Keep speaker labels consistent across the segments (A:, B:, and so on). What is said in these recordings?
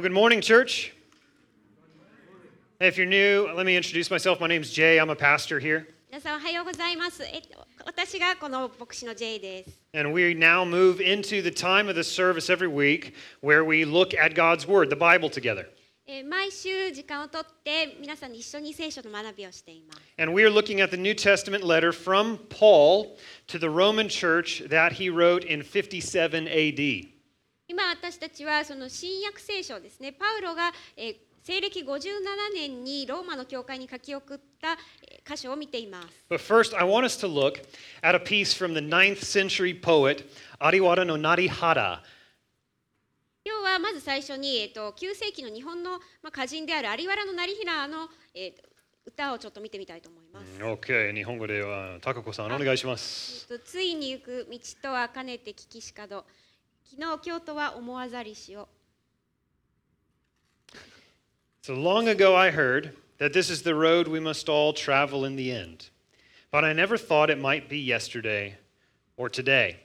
A: good morning, church. If you're new, let me introduce myself. My name's Jay. I'm a pastor here.
B: 皆さんおはようございます。えっと私がこの牧師の J です。
A: And we now move into the time of the service every week where we look at God's Word, the Bible, together.
B: えー毎週時間をとって皆さんに一緒に聖書の学びをしています。
A: And we are looking at the New Testament letter from Paul to the Roman church that he wrote in 57 AD.
B: 今私たちはその新約聖書ですね。パウロが、えー西暦57年にローマの教会に書き送ったえー箇所を見ています。
A: But first, I want us to look at a piece from the 9th century poet Ariwara no Narihara.
B: 今日はまず最初に、えっと9世紀の日本の、まあ、歌人である有原の成平の、えー歌をちょっと見てみたいと思います。
A: Okay, Ah. 日本語では、高子さん、お願いします。
B: とついに行く道とはかねて聞きしかど昨日京都は思わざりしを
A: So long ago I heard that this is the road we must all travel in the end, but I never thought it might be yesterday or today.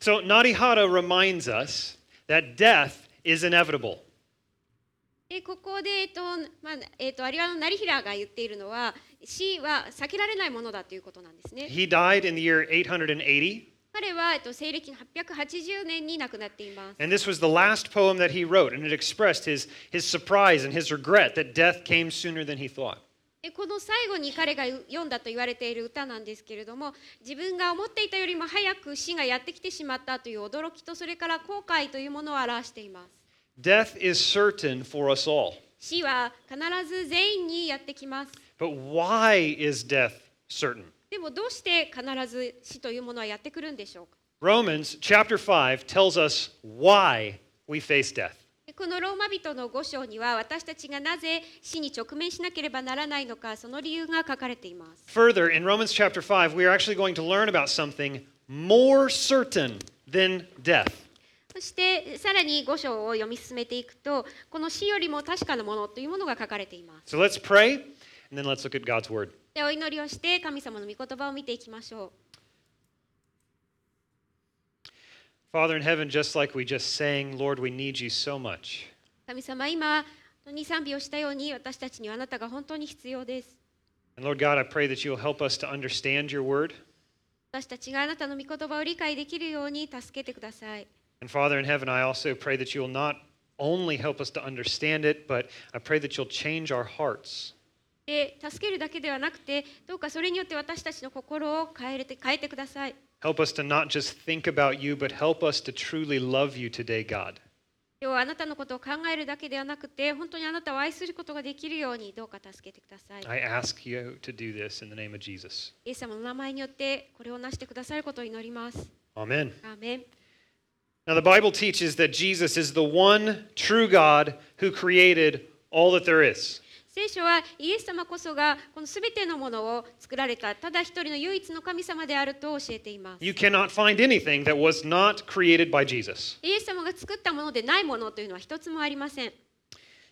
A: So Narihara reminds us that death is inevitable.
B: でここで、えっとまあえっと、有原の成平が言っているのは死は避けられないものだということなんですね
A: He died in the year 880,
B: 彼は、えっと、西暦の880年に亡くなっています
A: and this was the last poem that he wrote, and it expressed his, his surprise and his regret that death came sooner than he thought.
B: でこの最後に彼が読んだと言われている歌なんですけれども自分が思っていたよりも早く死がやってきてしまったという驚きとそれから後悔というものを表しています
A: Death is certain for us all,
B: 死は必ず全員にやってきます
A: but why is death certain?
B: でもどうして必ず死というものはやってくるんでしょうか
A: Romans chapter 5 tells us why we face death.
B: このローマ人の5章には私たちがなぜ死に直面しなければならないのかその理由が書かれています
A: Further, in Romans chapter 5, we are actually going to learn about something more certain than death.
B: そしてさらに5章を読み進めていくとこの死よりも確かなものというものが書かれています
A: So let's pray, and then let's look at God's word.
B: でお祈りをして神様の御言葉を見ていきましょう
A: Father in heaven, just like we just sang, Lord, we need you so much.
B: 神様今本当に賛美をしたように私たちにはあなたが本当に必要です
A: And Lord God, I pray that you'll help us to understand your word.
B: 私たちがあなたの御言葉を理解できるように助けてください
A: And Father in heaven, I also pray that you'll not only help us to understand it, but I pray that you'll change our hearts.
B: で助けるだけではなくてどうかそれによって私たちの心を変えれて変えてください
A: Help us to not just think about you, but help us to truly love you today, God.
B: 今日はあなたのことを考えるだけではなくて本当にあなたを愛することができるようにどうか助けてください
A: I ask you to do this in the name of Jesus.
B: イエス様の名前によってこれをなしてくださることを祈ります
A: Amen.
B: アーメン
A: Now, the Bible teaches that Jesus is the one true God who created all that there is.
B: 聖書はイエス様こそがこの全てのものを作られたただ一人の唯一の神様であると教えています
A: You cannot find anything that was not created by Jesus.
B: イエス様が作ったものでないものというのは一つもありませんで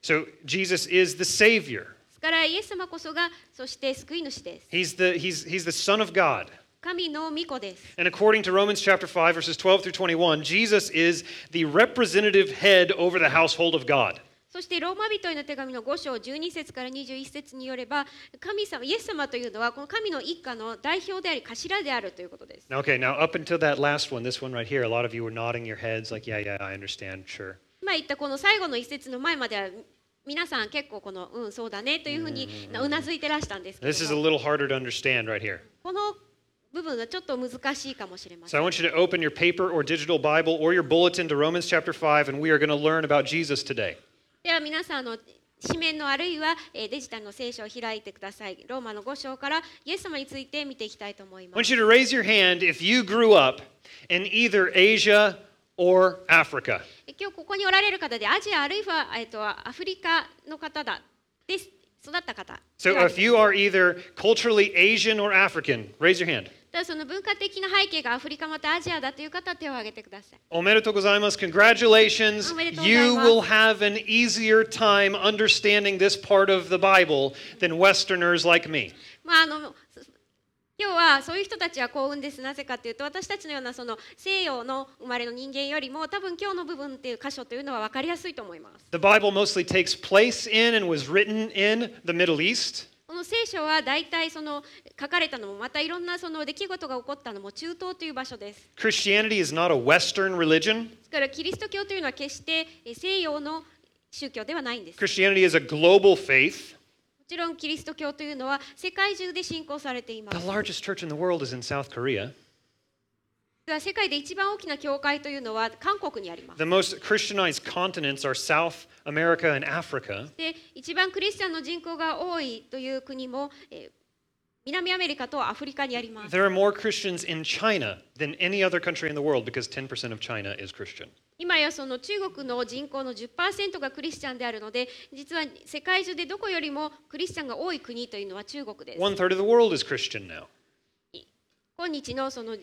A: So, Jesus is the Savior,
B: すからイエス様こそがそして救い主です
A: He's the, he's, he's the Son of God.
B: 神の御子です
A: And according to Romans chapter 5 verses 12 through 21, Jesus is the representative head over the household of God.
B: そしてローマ人への手紙の5章12節から21節によれば神様イエス様というのはこの神の一家の代表であり頭であるということです
A: Now, Okay, now up until that last one, this one right here, a lot of you were nodding your heads like, yeah, yeah, I understand, sure.
B: 今言ったこの最後の一節の前までは皆さん結構この「うんそうだね」というふうにうなずいてらしたんですけ
A: This
B: れ
A: is a
B: ど
A: little
B: も
A: harder to understand right here.
B: この部分はちょっと難しいかもしれません
A: So I want you to open your paper or digital Bible or your bulletin to Romans chapter 5, and we are going to learn about Jesus today.
B: では皆さんあの紙面のあるいはえーデジタルの聖書を開いてくださいローマの5章からイエス様について見ていきたいと思い
A: I
B: ます
A: want you to raise your hand if you grew up in either Asia or Africa.
B: え今日ここにおられる方でアジアあるいは、えっとアフリカの方だです育った方
A: So
B: ではあ
A: if
B: り
A: you are either culturally Asian or African, raise your hand.
B: ただその文化的な背景がアフリカまたアジアだという方は手を挙げてください
A: Omedetou gozaimasu. Congratulations.
B: おめでとうございます。
A: You will have an easier time understanding this part of the Bible than Westerners like me.
B: まああのす要はそういう人たちは幸運ですなぜかというと私たちのようなその西洋の生まれの人間よりも多分今日の部分っていう箇所というのは分かりやすいと思います
A: The Bible mostly takes place in and was written in the Middle East.
B: この聖書は大体その書かれたのもまたいろんなその出来事が起こったのも中東という場所です
A: Christianity is not a Western religion.
B: ですからキリスト教というのは決してえ西洋の宗教ではないんですも
A: Christianity is a global faith.
B: ちろんキリスト教というのは世界中で信仰されています
A: The largest church in the world is in South Korea.
B: 実は世界で一番大きな教会というのは韓国にあります
A: The most Christianized continents are South America and Africa.
B: で一番クリスチャンの人口が多いという国も、えー南アメリカとアフリカにあります
A: There are more Christians in China than any other country in the world because 10% of China is Christian.
B: 今やその中国の人口の10%がクリスチャンであるので実は世界中でどこよりもクリスチャンが多い国というのは中国です
A: One third of the world is Christian now.
B: 今日のその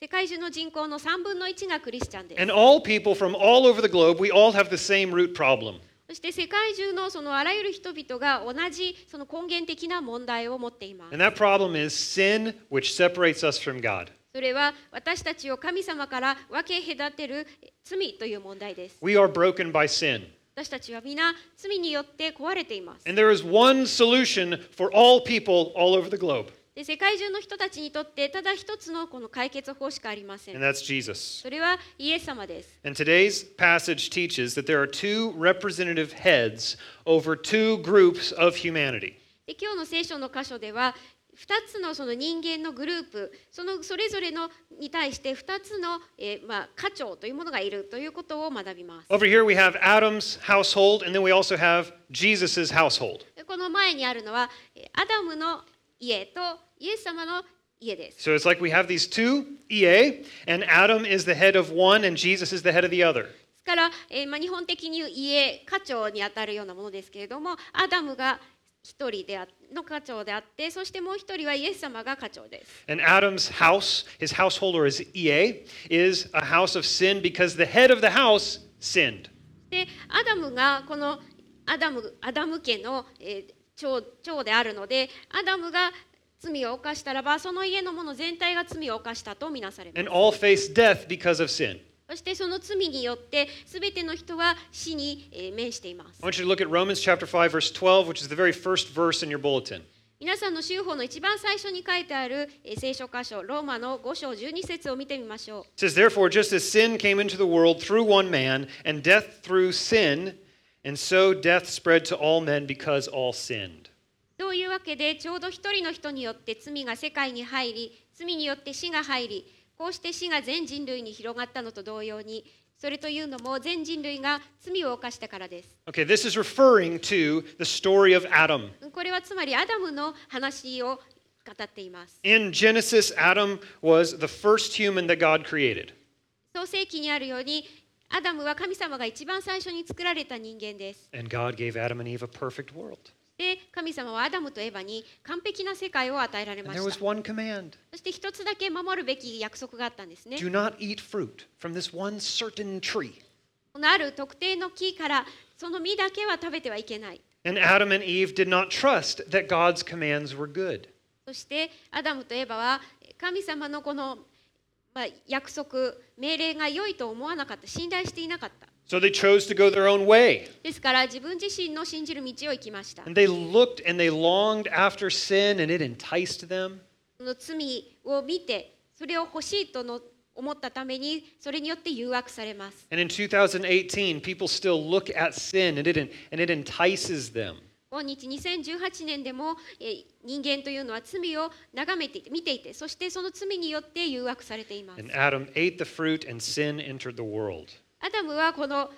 B: 世界中の人口の3分の1がクリスチャンです
A: And all people from all over the globe, we all have the same root problem.
B: そして世界中のそのあらゆる人々が同じその根源的な問題を持っています
A: And that problem is sin, which separates us from God.
B: それは私たちを神様から分け隔てる罪という問題です
A: We are broken by sin.
B: 私たちは皆罪によって壊れています。
A: And there is one solution for all people all over the globe,
B: で世界中の人たちにとってただ一つのこの解決法しかありませ
A: and
B: ん。
A: that's Jesus.
B: それはイエス様です。
A: And today's passage teaches that there are two representative heads over two groups of humanity.
B: で今日の聖書の箇所では2つのその人間のグループそのそれぞれのに対して2つの、えーまあ、家長というものがいるということを学びます。
A: Over here, we have Adam's household, and then we also have Jesus' household.
B: でこの前にあるのはえーアダムの家とイエス様の家です。
A: So it's like we have these two EA, and Adam is the head of one, and Jesus is the head of the other.
B: ですから、えーまあ、日本的に言う家家長にあたるようなものですけれどもアダムが一人であの家長であってそしてもう一人はイエス様が家長です。
A: And Adam's house, his household or his EA, is a house of sin because the head of the house sinned.
B: でアダムがこのアダムアダム家の、えー長長であるのでアダムが罪を犯したらばその家の者全体が罪を犯したとみなされます。
A: And all face death because of sin.
B: そしてその罪によって全ての人は死に、えー面しています
A: I。want you to look at Romans chapter 5 verse 12, which is the very first verse in your bulletin.
B: 皆さんの修法の一番最初に書いてあるえー聖書箇所ローマの5章12節を見てみましょう。
A: It says, Therefore, just as sin came into the world through one man, and death through sin, and so death spread to all men because all sinned.
B: というわけでちょうど一人の人によって罪が世界に入り罪によって死が入りこうして死が全人類に広がったのと同様にそれというのも全人類が罪を犯したからです。
A: Okay, this is referring to the story of Adam.
B: これはつまりアダムの話を語っています。
A: In Genesis, Adam was the first human that God created.
B: 創世記にあるようにアダムは神様が一番最初に作られた人間です。
A: And God gave Adam and Eve a perfect world.
B: で神様はアダムとエバに完璧な世界を与えられ
A: And
B: ま
A: there
B: した
A: was。one command
B: そして一つだけ守るべき約束があったんですね。
A: do not eat fruit from this one certain tree.
B: このある特定の木からその実だけは食べてはいけない。
A: And Adam and Eve did not trust that God's commands were good.
B: そしてアダムとエバは神様のこの、まあ、約束、命令が良いと思わなかった、信頼していなかった。
A: So they chose to go their own way.
B: ですから自分自身の信じる道を行きました。
A: And they looked and they longed after sin and it enticed them.
B: その罪を見て、それを欲しいとの思ったために、それによって誘惑されます。
A: And in 2018, people still look at sin and it, en- and it entices them.
B: 今日2018年でも、えー人間というのは罪を眺めていて見ていてそしてその罪によって誘惑されています
A: And Adam ate the fruit and sin entered the world.
B: アダムはこの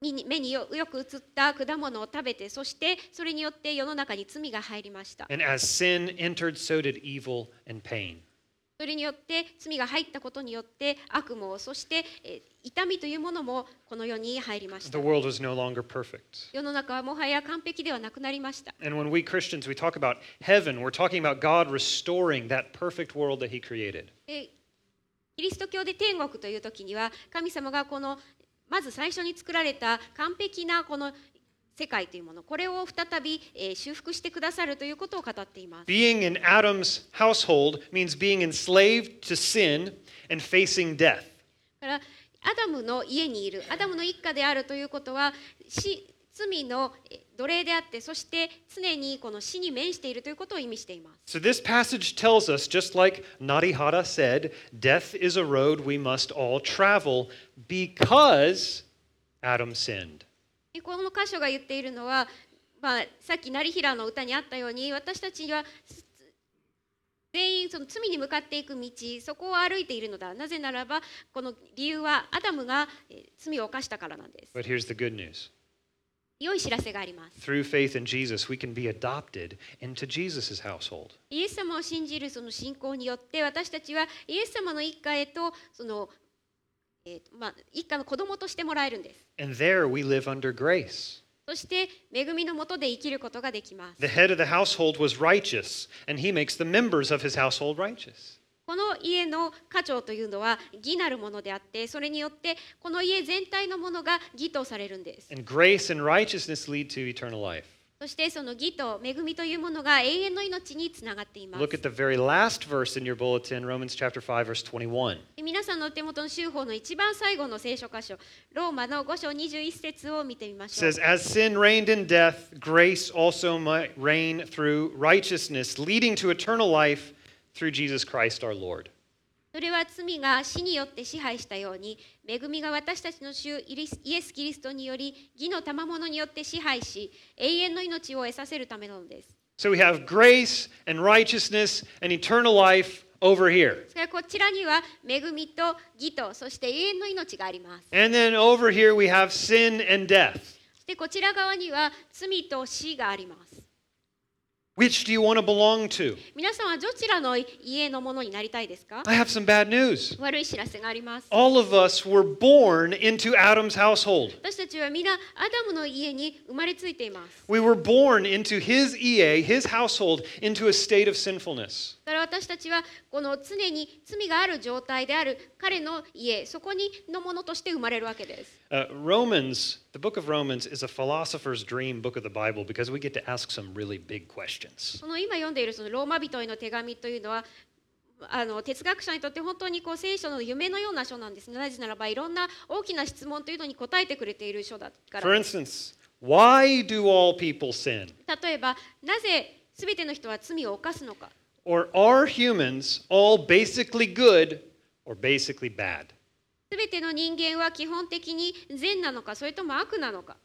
B: 目に目によよく映った果物を食べてそしてそれによって世の中に罪が入りました
A: And as sin entered, so did evil and pain.
B: それによって罪が入ったことによって悪もそして、えー痛みというものもこの世に入りました
A: The world was no longer perfect.
B: 世の中はもはや完璧ではなくなりました
A: And when we Christians, we talk about heaven, we're talking about God restoring that perfect world that He created.
B: でキリスト教で天国という時には神様がこのまず最初に作られた完璧なこの世界というものこれを再び、えー修復してくださるということを語っています
A: Being in Adam's household means being enslaved to sin and facing death.
B: だからアダムの家にいるアダムの一家であるということは死罪のえー奴隷であってそして常にこの死に面しているということを意味しています
A: So, this passage tells us, just like Narihara said, death is a road we must all travel because Adam sinned.
B: でこの箇所が言っているのは、まあ、さっき成平の歌にあったように私たちはす全員その罪に向かっていく道そこを歩いているのだなぜならばこの理由はアダムがえー罪を犯したからなんです
A: But here's the good news
B: 良い知らせがあります
A: through faith in Jesus, we can be adopted into Jesus' household.
B: イエス様を信じるその信仰によって私たちはイエス様の一家へとその、えーまあ、一家の子供としてもらえるんです
A: And there we live under grace.
B: そして恵みのもとで生きることができます
A: The head of the household was righteous, and he makes the members of his household righteous.
B: この家の家長というのは義なるものであってそれによってこの家全体のものが義とされるんです
A: And grace and righteousness lead to eternal life.
B: そしてその義と恵みというものが永遠の命につながっています
A: Look at the very last verse in your bulletin, Romans chapter 5 verse 21.
B: で皆さんのお手元の修法の一番最後の聖書箇所ローマの5章21節を見てみま
A: It
B: しょう
A: says as sin reigned in death, grace also might reign through righteousness, leading to eternal life through Jesus Christ our Lord.
B: それは罪が死によって支配したように恵みが私たちの主イリスイエス・キリストにより義の賜物によって支配し永遠の命を得させるためなのです
A: So we have grace and righteousness and eternal life over here.
B: それからこちらには恵みと義とそして永遠の命があります。
A: And then over here we have sin and death.
B: そしてこちら側には罪と死があります。
A: Which do you want to belong to?
B: 皆さんはどちらの家のものになりたいですか
A: I have some bad news.
B: 悪い知らせがあります。
A: All of us were born into Adam's household.
B: 私たちは皆アダムの家に生まれついています。
A: We were born into his EA, his household, into a state of sinfulness.
B: だから私たちはこの常に罪がある状態である彼の家そこにのものとして生まれるわけです。
A: Uh, Romans, the book of Romans, is a philosopher's dream book of the Bible because we get to ask some really big questions.
B: その今読んでいるそのローマ人への手紙というのはあの哲学者にとって本当にこう聖書の夢のような書なんですね。なぜならばいろんな大きな質問というのに答えてくれている書だか
A: For
B: ら。
A: instance, why do all people sin?
B: 例えばなぜ全ての人は罪を犯すのか
A: Or are humans all basically good or basically bad?
B: 全ての人間は基本的に善なのかそれとも悪なのか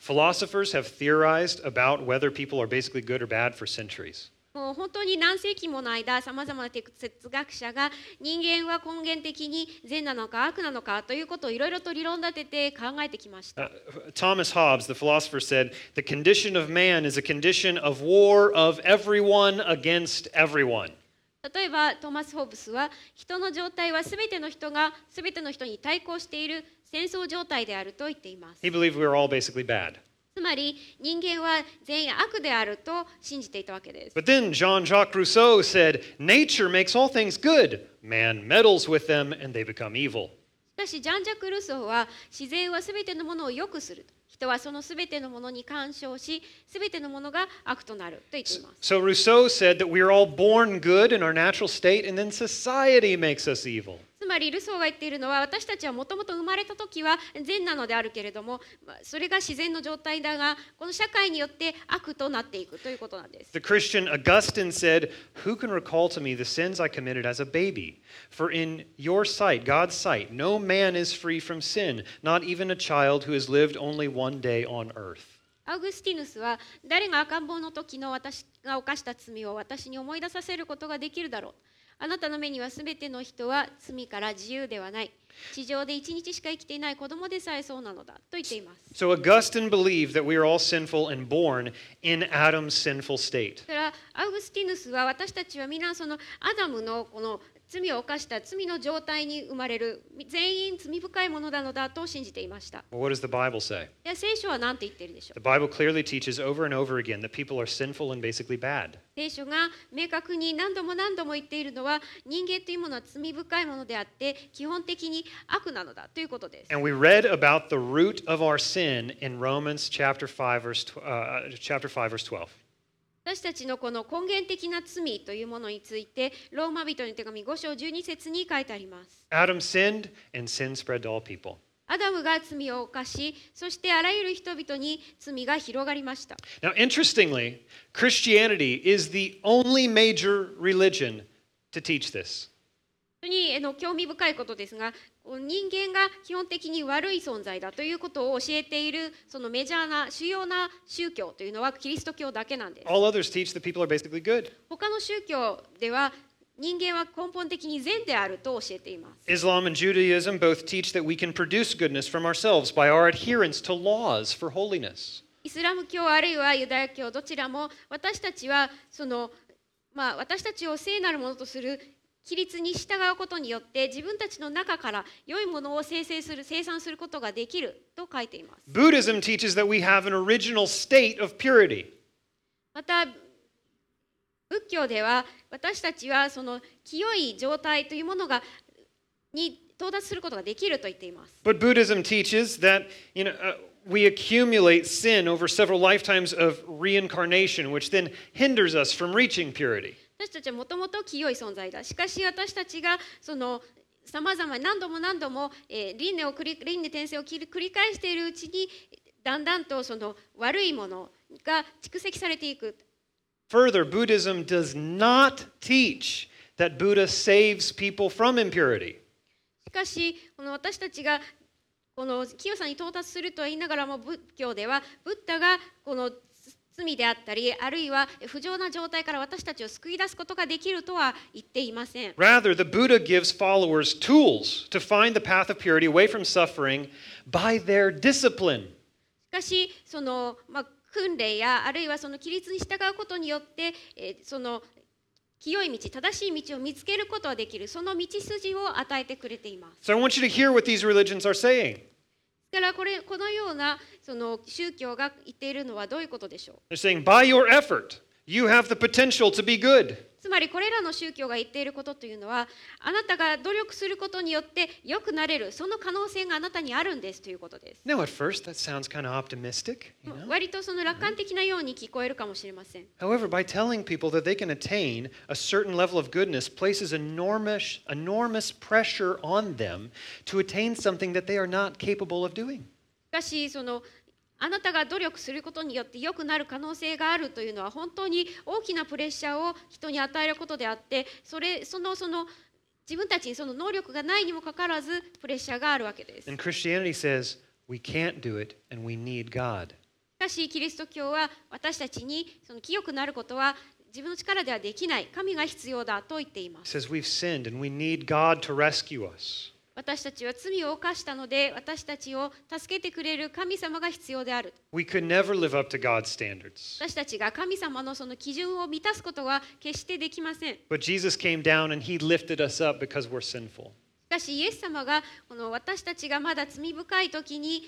A: Philosophers have theorized about whether people are basically good or bad for centuries.
B: もう本当に何世紀もの間さまざまな哲学者が人間は根源的に善なのか悪なのかということをいろいろと理論立てて考えてきました。
A: Uh, Thomas Hobbes, the philosopher, said, The condition of man is a condition of war of everyone against everyone.
B: 例えばトーマス・ホーブスは人の状態は全ての人が全ての人に対抗している戦争状態であると言っています
A: He believed we were all basically bad.
B: つまり人間は全員悪であると信じていたわけです
A: But then Jean Jacques Rousseau said, Nature makes all things good. Man meddles with them and they become evil.
B: しかしジャン・ジャック・ルソーは自然は全てのものを良くする人はその全てのものに干渉し全てのものが悪となると言っています
A: So Rousseau said that we are all born good in our natural state and then society makes us evil.
B: つまりルソーが言っているのは私たちはもともと生まれた時は善なのであるけれどもまあそれが自然の状態だがこの社会によって悪となっていくということなんです
A: The Christian Augustine said, Who can recall to me the sins I committed as a baby? For in your sight, God's sight, no man is free from sin, not even a child who has lived only one day on earth.
B: アウグスティヌスは誰が赤ん坊の時の私が犯した罪を私に思い出させることができるだろうあなたの目には全ての人は罪から自由ではない地上で一日しか生きていない子供でさえそうなのだと言っています
A: So Augustine believed that we are all sinful and born in Adam's sinful state.
B: だからアウグスティヌスは私たちは皆そのアダムのこの罪を犯した罪の状態に生まれる全員罪深いものなのだと信じていました
A: Well, what does the Bible say?
B: で聖書は何て言ってるでしょう
A: The Bible clearly teaches over and over again that people are sinful and basically bad.
B: 聖書が明確に何度も何度も言っているのは人間というものは罪深いものであって基本的に悪なのだということです
A: And we read about the root of our sin in Romans chapter 5 verse tw- uh, chapter 5 verse 12.
B: 私たちのこの根源的な罪というものについてローマ人の手紙5章12節に書いてあります
A: Adam sinned and sin spread to all people.
B: アダムが罪を犯しそしてあらゆる人々に罪が広がりました
A: Now, interestingly, Christianity is the only major religion to teach this.
B: 本当にあの興味深いことですが人間が基本的に悪い存在だということを教えているそのメジャーな主要な宗教というのはキリスト教だけなんです
A: All others teach that people are basically good.
B: 他の宗教では人間は根本的に善であると教えています
A: Islam and Judaism both teach that we can produce goodness from ourselves by our adherence to laws for holiness.
B: イスラム教あるいはユダヤ教どちらも私たちはその、まあ、私たちを聖なるものとする規律に従うことによって自分たちの中から良いものを生成する生産することができると書いています
A: Buddhism teaches that we have an original state of purity.
B: また仏教では私たちはその清い状態というものがに到達することができると言っています
A: But Buddhism teaches that you know uh, we accumulate sin over several lifetimes of reincarnation, which then hinders us from reaching purity.
B: 私たちはもともと清い存在だしかし私たちがそのさまざま何度も何度も、えー輪廻を繰り輪廻転生を切り繰り返しているうちにだんだんとその悪いものが蓄積されていく
A: Further, Buddhism does not teach that Buddha saves people from impurity.
B: しかしこの私たちがこの清さに到達するとは言いながらも仏教ではブッダがこの罪であったりあるいは不浄な状態から私たちを救い出すことができるとは言っていません
A: Rather, the Buddha gives followers tools to find the path of purity away from suffering by their discipline.
B: しかしその、まあ、訓練やあるいはその規律に従うことによって、えーその清い道正しい道を見つけることはできるその道筋を与えてくれています
A: So I want you to hear what these religions are saying.
B: だからこれこのようなその宗教が言っているのはどういうことでしょう
A: They're saying, by your effort, you have the potential to be good.
B: つまりこれらの宗教が言っていることというのはあなたが努力することによって良くなれるその可能性があなたにあるんですということです
A: Now, at first, that sounds kind of optimistic, you know?
B: 割とその楽観的なように聞こえるかもしれません
A: However, by telling people that they can attain a certain level of goodness places enormous, enormous pressure on them to attain something that they are not capable of doing.
B: しかしそのあなたが努力することによって良くなる可能性があるというのは本当に大きなプレッシャーを人に与えることであってそれそのその自分たちにその能力がないにもかかわらずプレッシャーがあるわけです
A: And Christianity says we can't do it and we need God.
B: しかしキリスト教は私たちにその清くなることは自分の力ではできない神が必要だと言っていま
A: It
B: す
A: says we've sinned and we need God to rescue us.
B: 私たちは罪を犯したので私たちを助けてくれる神様が必要である
A: We could never live up to God's standards.
B: 私たちが神様のその基準を満たすことは決してできませんし
A: But Jesus came down and he lifted us up because we're sinful.
B: かしイエス様がこの私たちがまだ罪深い時に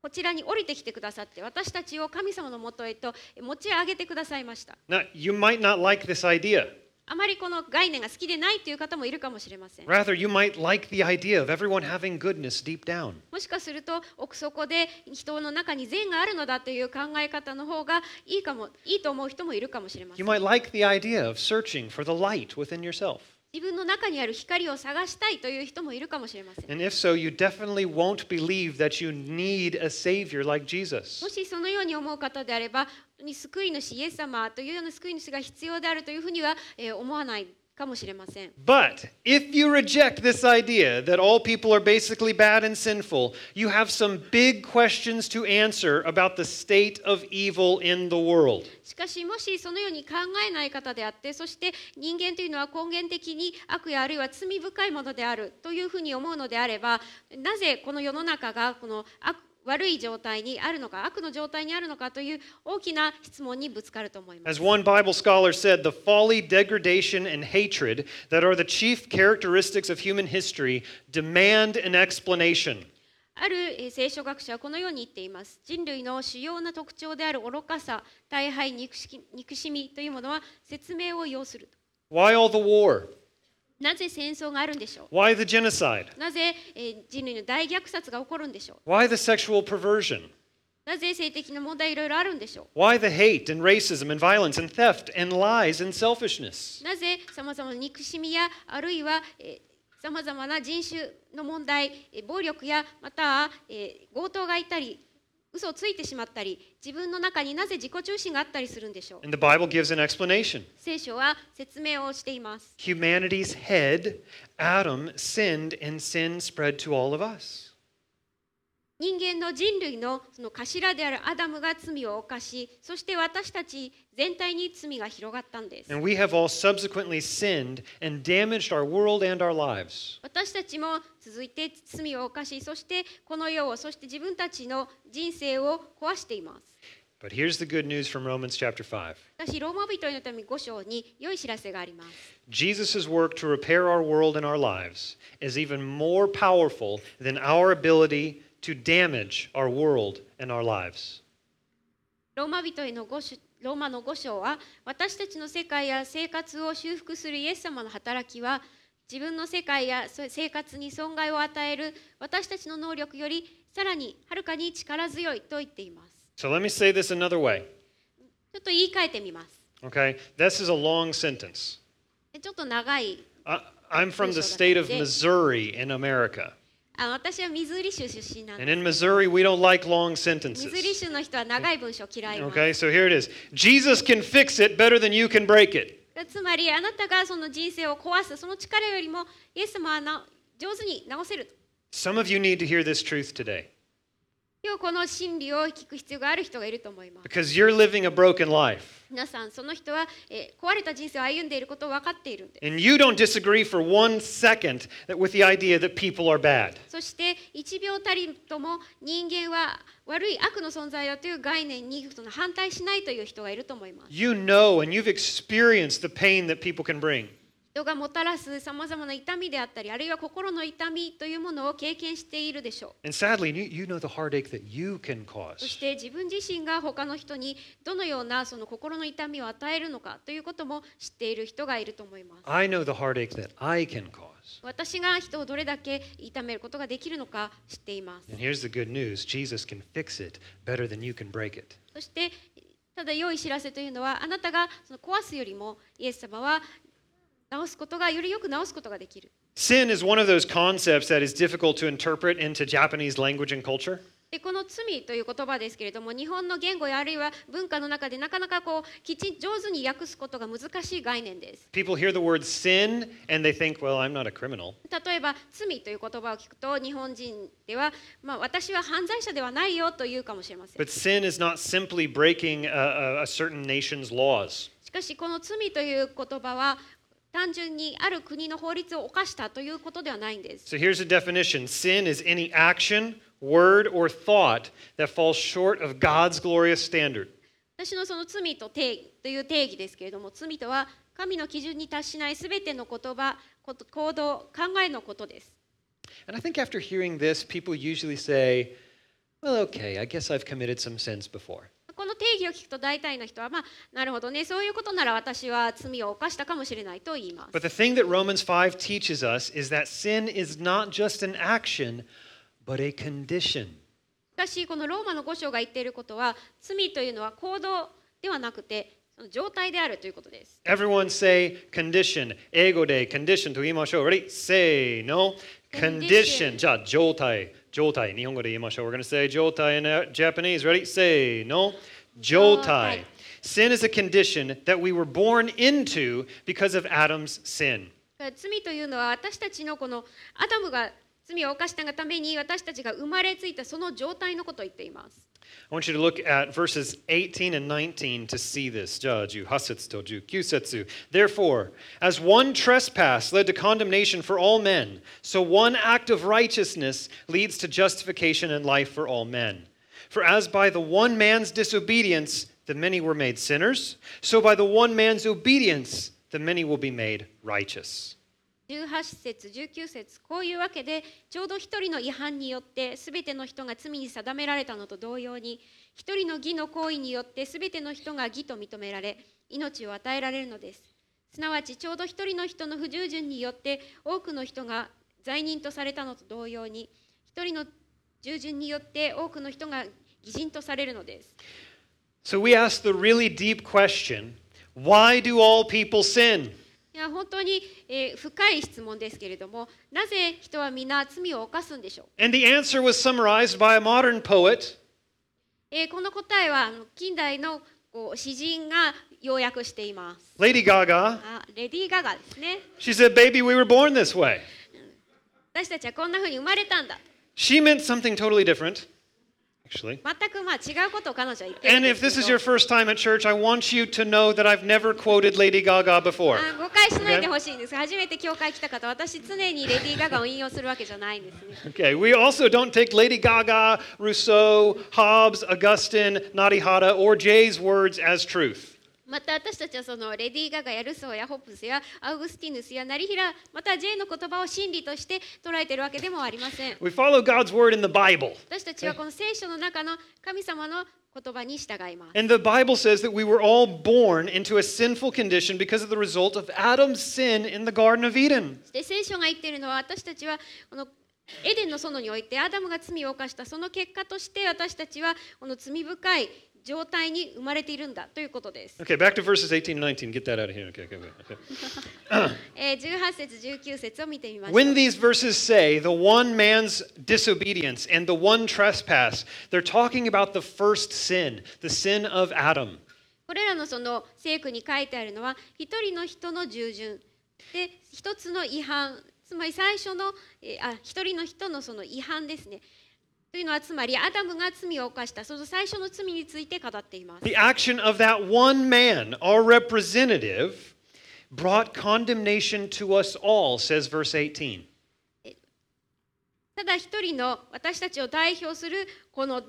B: こちらに降りてきてくださって私たちを神様のもとへと持ち上げてくださいました
A: Now, you might not like this idea.
B: あまりこの概念が好きでないという方もいるかもしれません
A: Rather, you might like the idea of everyone having goodness deep down.
B: もしかすると奥底で人の中に善があるのだという考え方の方がいいかもいいと思う人もいるかもしれませ
A: You
B: ん
A: might like the idea of searching for the light within yourself.
B: 自分の中にある光を探したいという人もいるかもしれません
A: And if so, you definitely won't believe that you need a savior like Jesus.
B: もしそのように思う方であれば本当に救い主イエス様というような救い主が必要であるというふうには、えー思わないかもしれません
A: But if you reject this idea that all people are basically bad and sinful, you have some big questions to answer about the state of evil in the world.
B: しかしもしそのように考えない方であってそして人間というのは根源的に悪やあるいは罪深いものであるというふうに思うのであればなぜこの世の中がこの悪悪い状態にあるのか悪の状態にあるのかという大きな質問にぶつかると思います。
A: As one Bible scholar said, the folly, degradation, and hatred that are the chief characteristics of human history demand an explanation.
B: あるえー聖書学者はこのように言っています人類の主要な特徴である愚かさ大敗憎し憎しみというものは説明を要する
A: Why all the war?
B: なぜ戦争があるんでしょ
A: Why the genocide?
B: うなぜえー人類の大虐殺が起こるんでしょう
A: Why the sexual perversion?
B: なぜ性的な問題いろいろあるんでしょ
A: Why the hate and racism and violence and theft and lies and
B: う
A: selfishness?
B: なぜさまざまな憎しみやあるいはさまざまな人種の問題えー暴力やまたはえー強盗がいたり嘘をついてしまったり自分の中になぜ自己中心があったりするんでしょう
A: And the Bible gives an explanation.
B: 聖書は説明をしています
A: Humanity's head, Adam, sinned, and sin spread to all of us.
B: 人間の人類のその頭であるアダムが罪を犯しそして私たち全体に罪が広がったんです
A: And we have all subsequently sinned and damaged our world and our lives.
B: 私たちも続いて罪を犯しそしてこの世をそして自分たちの人生を壊しています
A: But here's the good news from Romans chapter 5.
B: 私ローマ人へのために5章に良い知らせがあります
A: Jesus' work to repair our world and our lives is even more powerful than our ability to damage our world and our lives.
B: ローマ人への5章ローマの5章は私たちの世界や生活を修復するイエス様の働きは自分の世界やそ生活に損害を与える私たちの能力よりさらにはるかに力強いと言っています
A: So let me say this another way.
B: ちょっと言い換えてみます
A: Okay, this is a long sentence.
B: でちょっと長い
A: I, I'm from the state of Missouri in America.
B: あ私はミズーリ州出身なんで
A: And
B: す
A: in Missouri, we don't like long
B: ミズーリ
A: sentences.
B: 州の人は長い文章嫌います、
A: Okay, so here it is Jesus can fix it better than you can break it.
B: つまりあなたがその人生を壊すその力よりもイエス様はな上手に直せる
A: Some of you need to hear this truth today
B: 今日この真理を聞く必要がある人がいると思います
A: because you're living a broken life.
B: 皆さんその人は、えー壊れた人生を歩んでいることを分かっているんで
A: And you don't disagree for one second that with the idea that people are bad.
B: そして1秒たりとも人間は悪い悪の存在だという概念にその反対しないという人がいると思います
A: You know and you've experienced the pain that people can bring.
B: 人がもたらすさまざまな痛みであったりあるいは心の痛みというものを経験しているでしょう
A: And sadly, you, you know the heartache that you can
B: そし
A: cause.
B: て自分自身が他の人にどのようなその心の痛みを与えるのかということも知っている人がいると思います。
A: I know the heartache that I can cause.
B: 私が人をどれだけ痛めることができるのか知っています。
A: And here's the good news Jesus can fix it better than you can break it.
B: そしてただ良い知らせというのはあなたがその壊すよりもイエス様は治すことがよりよく治すことができる。
A: Sin is one of those concepts that is difficult to interpret into Japanese language and culture.
B: でこの罪という言葉ですけれども日本の言語やあるいは文化の中でなかなかこうきちん上手に訳すことが難しい概念です。
A: People hear the word sin and they think, well, I'm not a criminal.
B: 例えば罪という言葉を聞くと日本人では、まあ、私は犯罪者ではないよと言うかもしれません
A: But sin is not simply breaking a, a, a certain nation's laws.
B: しかしこの罪という言葉は単純にある国の法律を犯したということではないんです
A: So here's a definition sin is any action, word, or thought that falls short of God's glorious standard.
B: 私のその罪と定義という定義ですけれども罪とは神の基準に達しないすべての言葉こと行動考えのことです
A: And I think after hearing this, people usually say, well, okay, I guess I've committed some sins before.
B: この定義を聞くと大体の人はまあなるほどねそういうことなら私は罪を犯したかもしれないと言います
A: But the thing that Romans 5 teaches us is that sin is not just an action, but a condition.
B: しかしこのローマの5章が言っていることは罪というのは行動ではなくてその状態であるということです
A: Everyone say condition. Ego de condition to imasho. Ready? Say no. Condition.
B: Condition.
A: じゃあ状態。状態。日本語で言いましょう。We're going to say 状態 in uh, Japanese. Ready? Say no. 状態
B: 状態。
A: Sin is a condition that we were born into because of Adam's sin.
B: だから罪というのは私たちのこのアダムが罪を犯したがために私たちが生まれついたその状態のことを言っています。
A: I want you to look at verses 18 and 19 to see this. Jaju, hasetsu, toju, kyusetsu. Therefore, as one trespass led to condemnation for all men, so one act of righteousness leads to justification and life for all men. For as by the one man's disobedience the many were made sinners, so by the one man's obedience the many will be made righteous.
B: 18節19節こういうわけでちょうど一人の違反によって全ての人が罪に定められたのと同様に一人の義の行為によって全ての人が義と認められ命を与えられるのですすなわちちょうど一人の人の不従順によって多くの人が罪人とされたのと同様に一人の従順によって多くの人が義人とされるのです
A: So we ask the really deep question why do all people sin?
B: いや本当に、えー深い質問ですけれどもなぜ人は皆罪を犯すんでしょう
A: And the answer was summarized by a modern poet
B: えーこの答えはあの近代のこう詩人が要約しています。
A: Lady Gaga.
B: あレディー・ガガですね。
A: She said, Baby, we were born this way.
B: 私たちはこんな風に生まれたんだ。
A: She meant something totally different, actually.
B: 全くまあ違うことを彼女は言ってるん
A: And
B: で
A: if
B: す
A: this
B: け
A: is
B: ど
A: your first time at church, I want you to know that I've never quoted Lady Gaga before.
B: あ誤解しないでほしいんです。初めて教会来た方、私常にレディー・ガガを引用するわけじゃないんですね。
A: Okay, we also don't take Lady Gaga, Rousseau, Hobbes, Augustine, Nadi Hata, or Jay's words as truth.
B: また私たちはそのレディー・ガガやルソーやホップスやアウグスティヌスや成平または J の言葉を真理として捉えてるわけでもありません
A: We follow God's word in the Bible.
B: 私たちはこの聖書の中の神様の言葉に従います
A: And the Bible says that we were all born into a sinful condition because of the result of Adam's sin in the Garden of Eden.
B: で聖書が言っているのは私たちはこのエデンの園においてアダムが罪を犯したその結果として私たちはこの罪深い状態に生まれているんだということ です、
A: Okay, back to verses 18 and 19. Get that out of here. Okay, okay, okay, okay.
B: えー18節19節を見てみましょ
A: When
B: う
A: these verses say the one man's disobedience and the one trespass, they're talking about the first sin, the sin of Adam.
B: これらのその聖句に書いてあるのは一人の人の従順で一つの違反つまり最初のえーあ一人の人のその違反ですねというのはつまりアダムが罪を犯したその最初の罪について語っています
A: The action of that one man, our representative, brought condemnation to us all, says verse 18.
B: ただ一人の私たちを代表するこの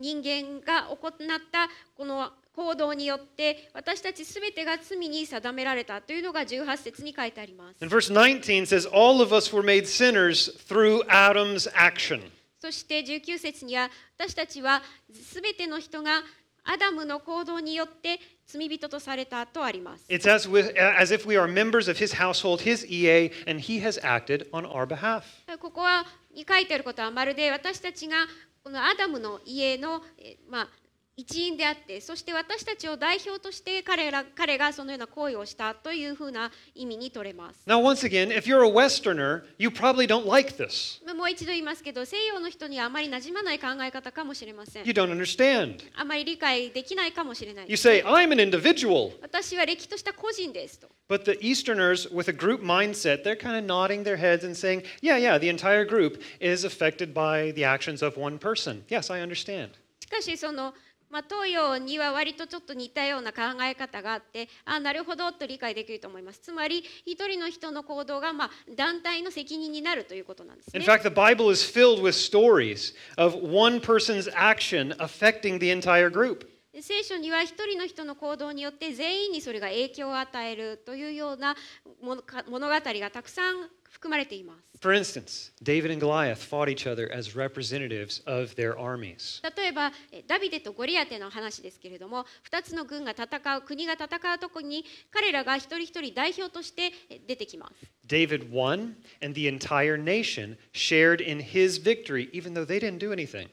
B: 人間が行ったこの行動によって私たち全てが罪に定められたというのが18節に書いてあります
A: And verse 19 says, All of us were made sinners through Adam's action.
B: そして19節には私たちは全ての人がアダムの行動によって罪人とされたとあります
A: It's as, with, as if we are members of his household, his EA, and he has acted on our behalf.
B: ここはに書いてあることはまるで私たちがこのアダムの家の、えまあ、一員であってそして私たちを代表として彼ら彼がそのような行為をしたというふうな意味に取れます。
A: Now, once again, if you're a Westerner, you probably don't like this.
B: まあもう一度言いますけど西洋の人にはあまり馴染まない考え方かもしれませ
A: You
B: ん。
A: don't understand.
B: あまり理解できないかもしれない
A: You。say, I'm an individual.
B: 私はれっきとした個人ですと。
A: But the Easterners, with a group mindset, they're kind of nodding their heads and saying, Yeah, yeah, the entire group is affected by the actions of one person. Yes, I understand.
B: しかしその、まあ、東洋には割とちょっと似たような考え方があってあなるほどと理解できると思いますつまり一人の人の行動が、まあ、団体の責任になるということなんです
A: In
B: ね
A: fact, the Bible is filled with stories of one person's action affecting the entire group.
B: 聖書には一人の人の行動によって全員にそれが影響を与えるというようなものか物語がたくさん含まれています
A: For instance, David and Goliath fought each other as representatives of their armies.
B: 例えばえダビデとゴリアテの話ですけれども2つの軍が戦う国が戦うとこに彼らが一人一人代表としてえ出てきます
A: David won, and the entire nation shared in his victory, even though they didn't do anything.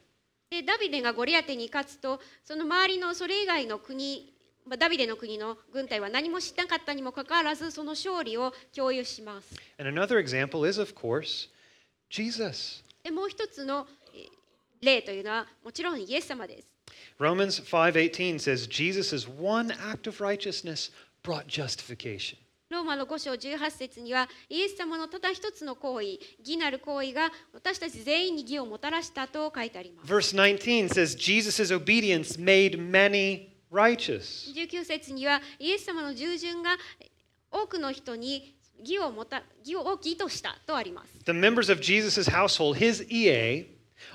B: でダビデがゴリアテに勝つとその周りのそれ以外の国まあダビデの国の軍隊は何もしなかったにもかかわらずその勝利を共有します
A: And another example is, of course, Jesus.
B: でもう一つのえ例というのはもちろんイエス様です
A: Romans 5:18 says Jesus' one act of righteousness brought justification.
B: ローマの5章18節にはイエス様のただ一つの行為義なる行為が私たち全員に義をもたらしたと書いてあります
A: Verse 19 says, Jesus' obedience made many righteous.
B: 19節にはイエス様の従順が多くの人に義をもた義を大きいとしたとあります
A: The members of Jesus' household, his EA,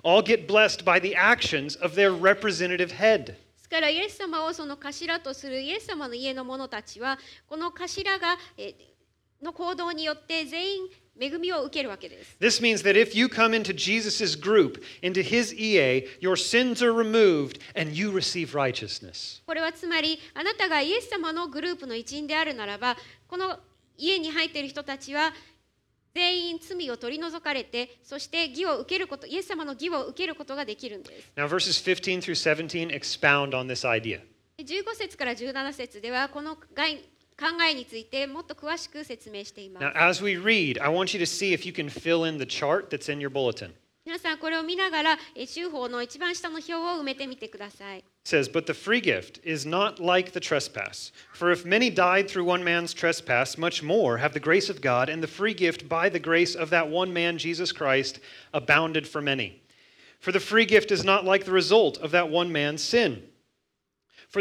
A: all get blessed by the actions of their representative head.
B: ですからイエス様をその頭とするイエス様の家の者たちはこの頭がえーの行動によって全員恵みを受けるわけです
A: This means that if you come into Jesus' group, into his EA, your sins are removed and you receive righteousness.
B: これはつまりあなたがイエス様のグループの一員であるならばこの家に入っている人たちは全員罪を取り除かれてそして義を受けることイエス様の義を受けることができるんです
A: Now, verses 15 through 17 expound on this idea.
B: で15節から17節ではこの概考えについてもっと詳しく説明しています
A: Now, as we read, I want you to see if you can fill in the chart that's in your bulletin.
B: 皆さんこれを見ながらえー州法の一番下の表を埋めてみてください
A: says, But the free gift is not like the trespass. For if many died through one man's trespass, much more have the grace of God and the free gift by the grace of that one man, Jesus Christ, abounded for many. For the free gift is not like the result of that one man's sin. For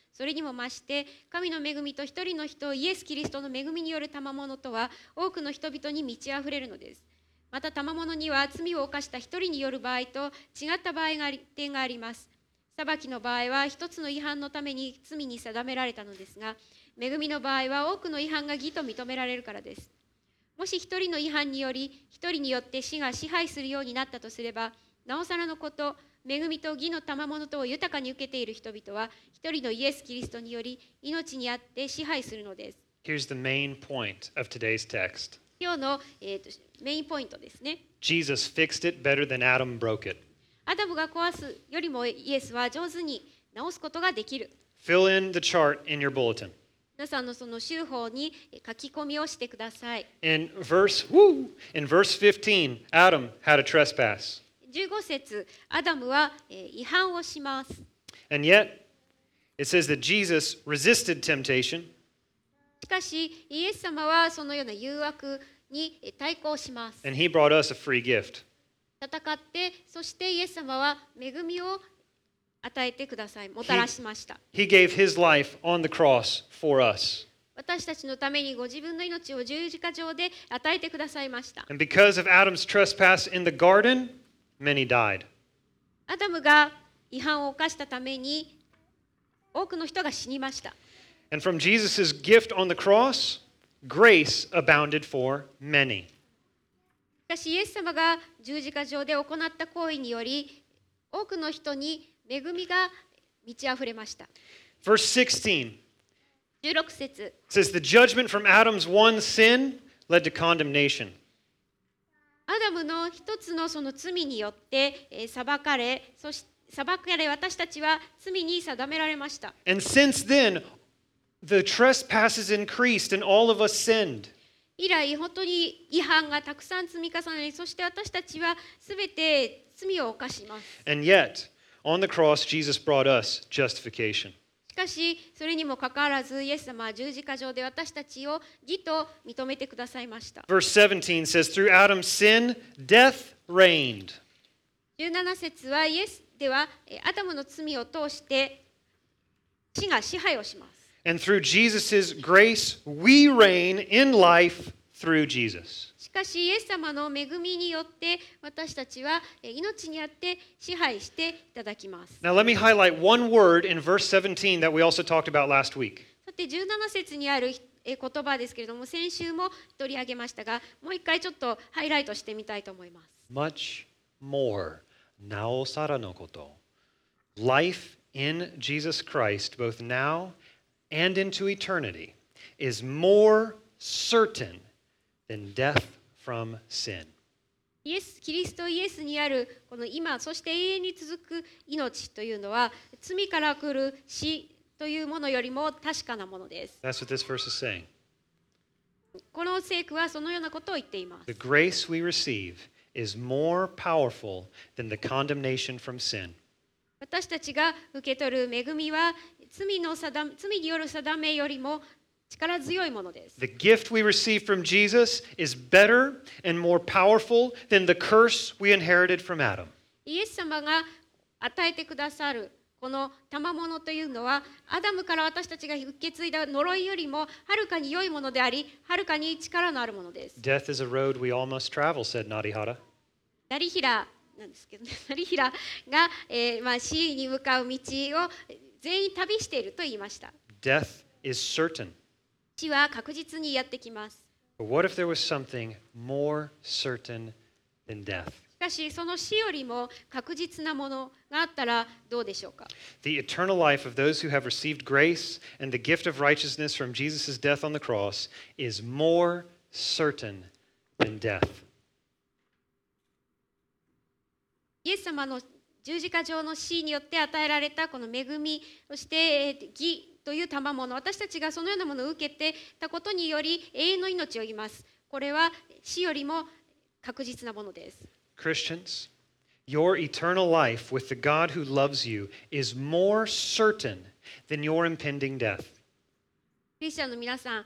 B: それにも増して神の恵みと一人の人イエス・キリストの恵みによる賜物とは多くの人々に満ち溢れるのです。また賜物には罪を犯した一人による場合と違った場合があり点があります。裁きの場合は一つの違反のために罪に定められたのですが、恵みの場合は多くの違反が義と認められるからです。もし一人の違反により一人によって死が支配するようになったとすればなおさらのこと恵みと義の賜物とを豊かに受けている人々は一人のイエス・キリストにより命にあって支配するのです
A: Here's the main point of today's text
B: 今日の、えーとメインポイントですね
A: Jesus fixed it better than Adam broke it.
B: アダムが壊すよりもイエスは上手に直すことができる
A: Fill in the chart in your bulletin.
B: 皆さんのその修法に書き込みをしてください
A: In verse woo, in verse 15, Adam had a trespass.
B: 15節アダムは、えー違反をします
A: And yet, it says that Jesus resisted temptation,
B: しかし、イエス様はそのような誘惑にえ対抗します。
A: and he brought us a free gift.
B: 戦って、そしてイエス様は恵みを与えてください。もたらしました。
A: He gave his life on the cross for us.
B: 私たちのためにご自分の命を十字架上で与えてくださいました。
A: And because of Adam's trespass in the garden, many died.
B: アダムが違反を犯したために多くの人が死にました。
A: And from Jesus' gift on the cross, grace abounded for many.
B: しかし、イエス様が十字架上で行った行為により、多くの人に恵みが満ち溢れました。
A: Verse 16
B: 16節
A: says, The judgment from Adam's one sin led to condemnation.
B: アダムの一つのその罪によって、えー裁かれ、そし裁かれ私たちは罪に定められました。
A: And since then, the trespasses increased and all of us sinned.
B: 以来、本当に違反がたくさん積み重なり、そして私たちはすべて罪を犯します。
A: And yet, on the cross, Jesus brought us justification.
B: しかし、それにもかかわらず、イエス様は十字架上で私たちを義と認めてくださいました。
A: Verse 17 says, Through Adam's sin, death reigned.
B: 17節は、イエスでは、えーアダムの罪を通して死が支配をします。
A: And through Jesus' grace, we reign in life through Jesus.
B: しかしイエス様の恵みによって私たちはえー命にあって支配していただきます。
A: Now, let me highlight one word in verse 17 that we also talked about last week.
B: さて17節にあるえー言葉ですけれども先週も取り上げましたがもう一回ちょっとハイライトしてみたいと思います。
A: Much more. Naosaranokoto. Life in Jesus Christ, both now and into eternity, is more certain than death from sin.
B: イエスキリストイエスにあるこの今そして永遠に続く命というのは罪から来る死というものよりも確かなものです。
A: That's what this verse is saying.
B: この聖句はそのようなことを言っています。
A: The grace we receive is more powerful than the condemnation from sin.
B: 私たちが受け取る恵みは罪の定め罪による定めよりも力強いものです。
A: The gift we receive from Jesus is better and more powerful than the curse we inherited from Adam.
B: イエス様が与えてくださるこの賜物というのはアダムから私たちが受け継いだ呪いよりもはるかに良いものでありはるかに力のあるものです。
A: Death is a road we all must travel, said Narihara.
B: 成平なんですけどね 成平が、えーまあ、死に向かう道を全員旅していると言いました
A: Death is certain.
B: 死は確実にやってきます
A: But what if there was something more certain than death?
B: しかしその死よりも確実なものがあったらどうでしょうか
A: The eternal life of those who have received grace and the gift of righteousness from Jesus' death on the cross is more certain than death.
B: イエス様の十字架上の死によって与えられたこの恵みそしてえー義という賜物私たちがそのようなものを受けてたことにより永遠の命を得ますこれは死よりも確実なものです
A: Christians, your eternal life with the God who loves you is more certain than your impending death.
B: クリスチャンの皆さん、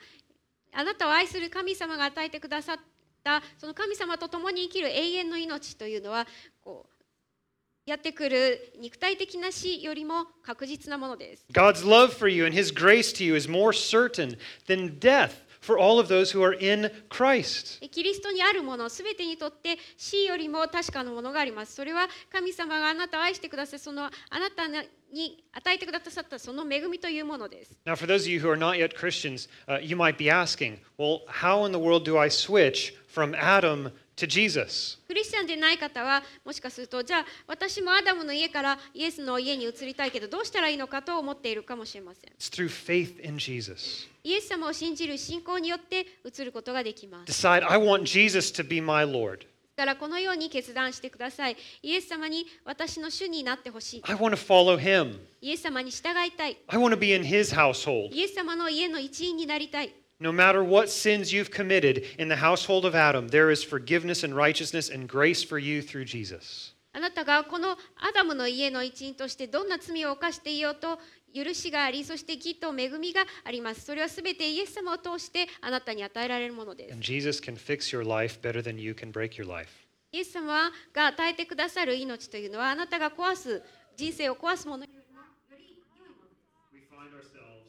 B: あなたを愛する神様が与えてくださった、その神様と共に生きる永遠の命というのは、こうやってくる肉体的な死よりも確実なものです。
A: God's love for you and his grace to you is more certain than death for all of those who are in Christ.
B: キリストにあるもの、すべてにとって死よりも確かなものがあります。それは神様があなたを愛してください、そのあなたに与えてくださったその恵みというものです。
A: Now, for those of you who are not yet Christians, uh, you might be asking, well, how in the world do I switch from Adam to Jesus?
B: クリスチャンでない方はもしかするとじゃあ私もアダムの家からイエスの家に移りたいけどどうしたらいいのかと思っているかもしれません
A: It's through faith in Jesus.
B: イエス様を信じる信仰によって移ることができます
A: Decide, I want Jesus to be my Lord.
B: だからこのように決断してくださいイエス様に私の主になってほしい
A: I want to follow him.
B: イエス様に従いたい
A: I want to be in his household.
B: イエス様の家の一員になりたい
A: No matter what sins you've committed in the household of Adam, there is forgiveness and righteousness and grace for you through Jesus.
B: あなたがこのアダムの家の一員としてどんな罪を犯していようと許しがありそして義と恵みがありますそれはすべてイエス様を通してあなたに与えられるものです
A: And Jesus can fix your life better than you can break your life.
B: イエス様が与えてくださる命というのはあなたが壊す人生を壊すものよりもより良いものです
A: We find ourselves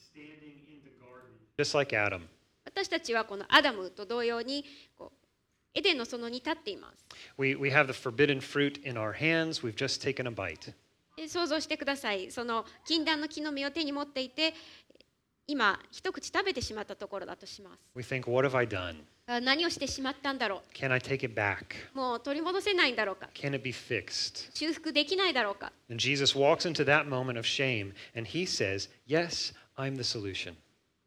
A: standing in the garden. Just like Adam.
B: 私たちはこのアダムと同様にこうエデンの園に立っています。
A: We, we have the forbidden fruit in our hands. We've just taken a bite.
B: え想像してください。その禁断の木の実を手に持っていて今一口食べてしまったところだとします。
A: We think, what have I done?
B: あ何をしてしまったんだろ
A: Can I take it back?
B: うもう取り戻せないんだろうか
A: Can it be fixed?
B: 修復できないだろうか
A: And Jesus walks into that moment of shame and he says, Yes, I'm the solution.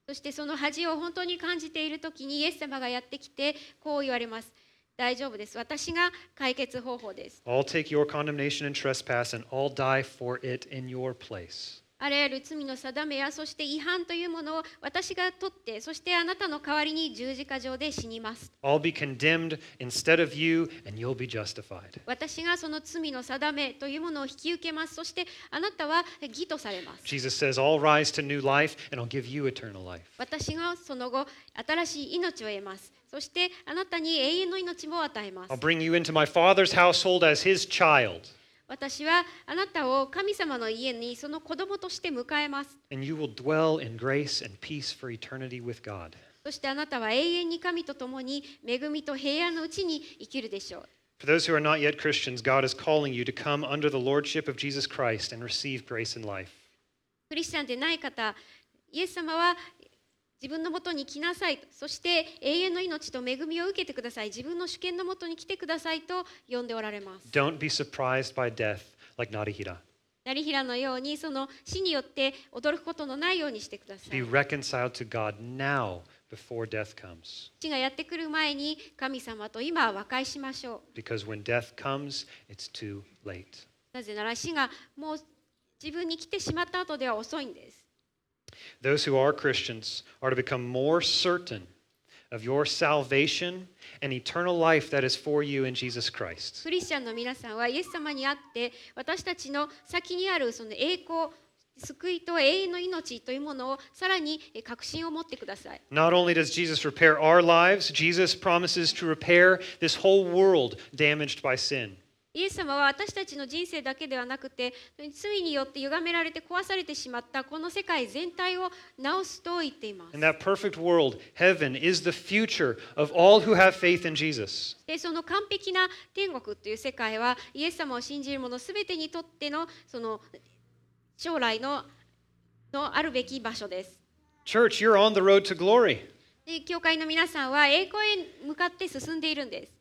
B: そしてその恥を本当に感じている時にイエス様がやってきてこう言われます。大丈夫です。私が解決方法です。
A: I'll take your condemnation and trespass and I'll die for it in your place.
B: あらゆる罪の定めやそして違反というものを私が取ってそしてあなたの代わりに十字架上で死にます
A: I'll be condemned instead of you and you'll be justified.
B: 私がその罪の定めというものを引き受けますそしてあなたは義とされます
A: Jesus says, I'll rise to new life and I'll give you eternal life.
B: 私がその後新しい命を得ますそしてあなたに永遠の命も与えます
A: I'll bring you into my father's household as his child
B: 私はあなたを神様の家にその子供として迎えます
A: and you will dwell in grace and peace for eternity with God.
B: そしてあなたは永遠に神と共に恵みと平安のうちに生きるでしょう
A: For those who are not yet Christians, God is calling you to come under the lordship of Jesus Christ and receive grace and life.
B: クリスチャンでない方、イエス様は自分のもとに来なさい、そして永遠の命と恵みを受けてください、自分の主権のもとに来てくださいと呼んでおられます。
A: Don't be surprised by death like Narihira.
B: 成平のように、その死によって驚くことのないようにしてくださ
A: Be
B: い。
A: reconciled to God now before death comes.
B: 父がやってくる前に神様と今は和解しましょう。
A: Because when death comes, it's too late.
B: なぜなら死がもう自分に来てしまった後では遅いんです。
A: Those who are Christians are to become more certain of your salvation and eternal life that is for you in Jesus Christ.
B: クリスチャンの皆さんはイエス様にあって私たちの先にあるその栄光救いと永遠の命というものをさらにえ確信を持ってください
A: Not only does Jesus repair our lives, Jesus promises to repair this whole world damaged by sin.
B: イエス様は私たちの人生だけではなくて罪によって歪められて壊されてしまったこの世界全体を直すと言っています
A: And that perfect world, heaven, is the future of all who have faith in Jesus.
B: でその完璧な天国という世界はイエス様を信じる者全てにとってのその将来ののあるべき場所です
A: Church, you're on the road to glory.
B: で教会の皆さんは栄光へ向かって進んでいるんです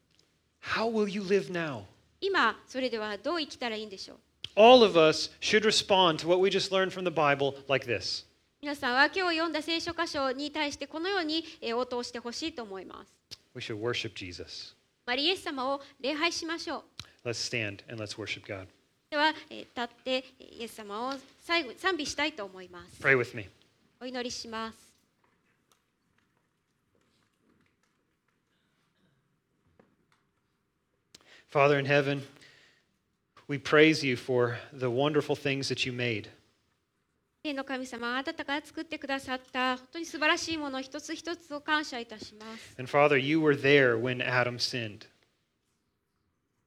A: How will you live now?
B: 今それではどう生きたらいいんでしょう
A: All of us should respond to what we just learned from the Bible like this
B: 皆さんは今日読んだ聖書箇所に対してこのようにえー応答してほしいと思います
A: We should worship Jesus.
B: マリエス様を礼拝しましょう
A: Let's stand and let's worship God.
B: ではえー立ってえーイエス様を最後賛美したいと思います
A: Pray with me.
B: お祈りします
A: Father in heaven, we praise you for the wonderful things that you made.
B: 天の神様あなたが作ってくださった本当に素晴らしいもの一つ一つを感謝いたします
A: And Father, you were there when Adam sinned.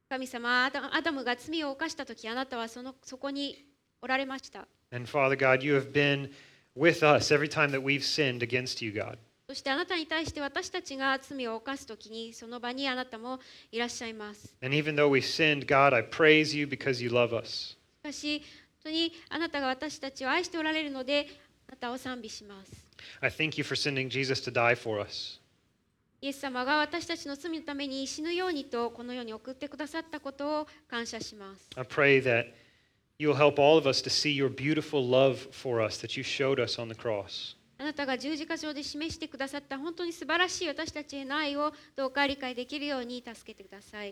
B: 神様アダアダムが罪を犯した時あなたはそのそこにおられました
A: And Father God, you have been with us every time that we've sinned against you, God.
B: そしてあなたに対して私たちが罪を犯す時にその場にあなたもいらっしゃいますし
A: And even though we've sinned, God, I praise you because you love us.
B: かし本当にあなたが私たちを愛しておられるのであなたを賛美します
A: I thank you for sending Jesus to die for us.
B: イエス様が私たちの罪のために死ぬようにとこの世に送ってくださったことを感謝します
A: I pray that you will help all of us to see your beautiful love for us that you showed us on the cross.
B: あなたが十字架上で示してくださった本当に素晴らしい私たちへの愛をどうか理解できるように助けてください。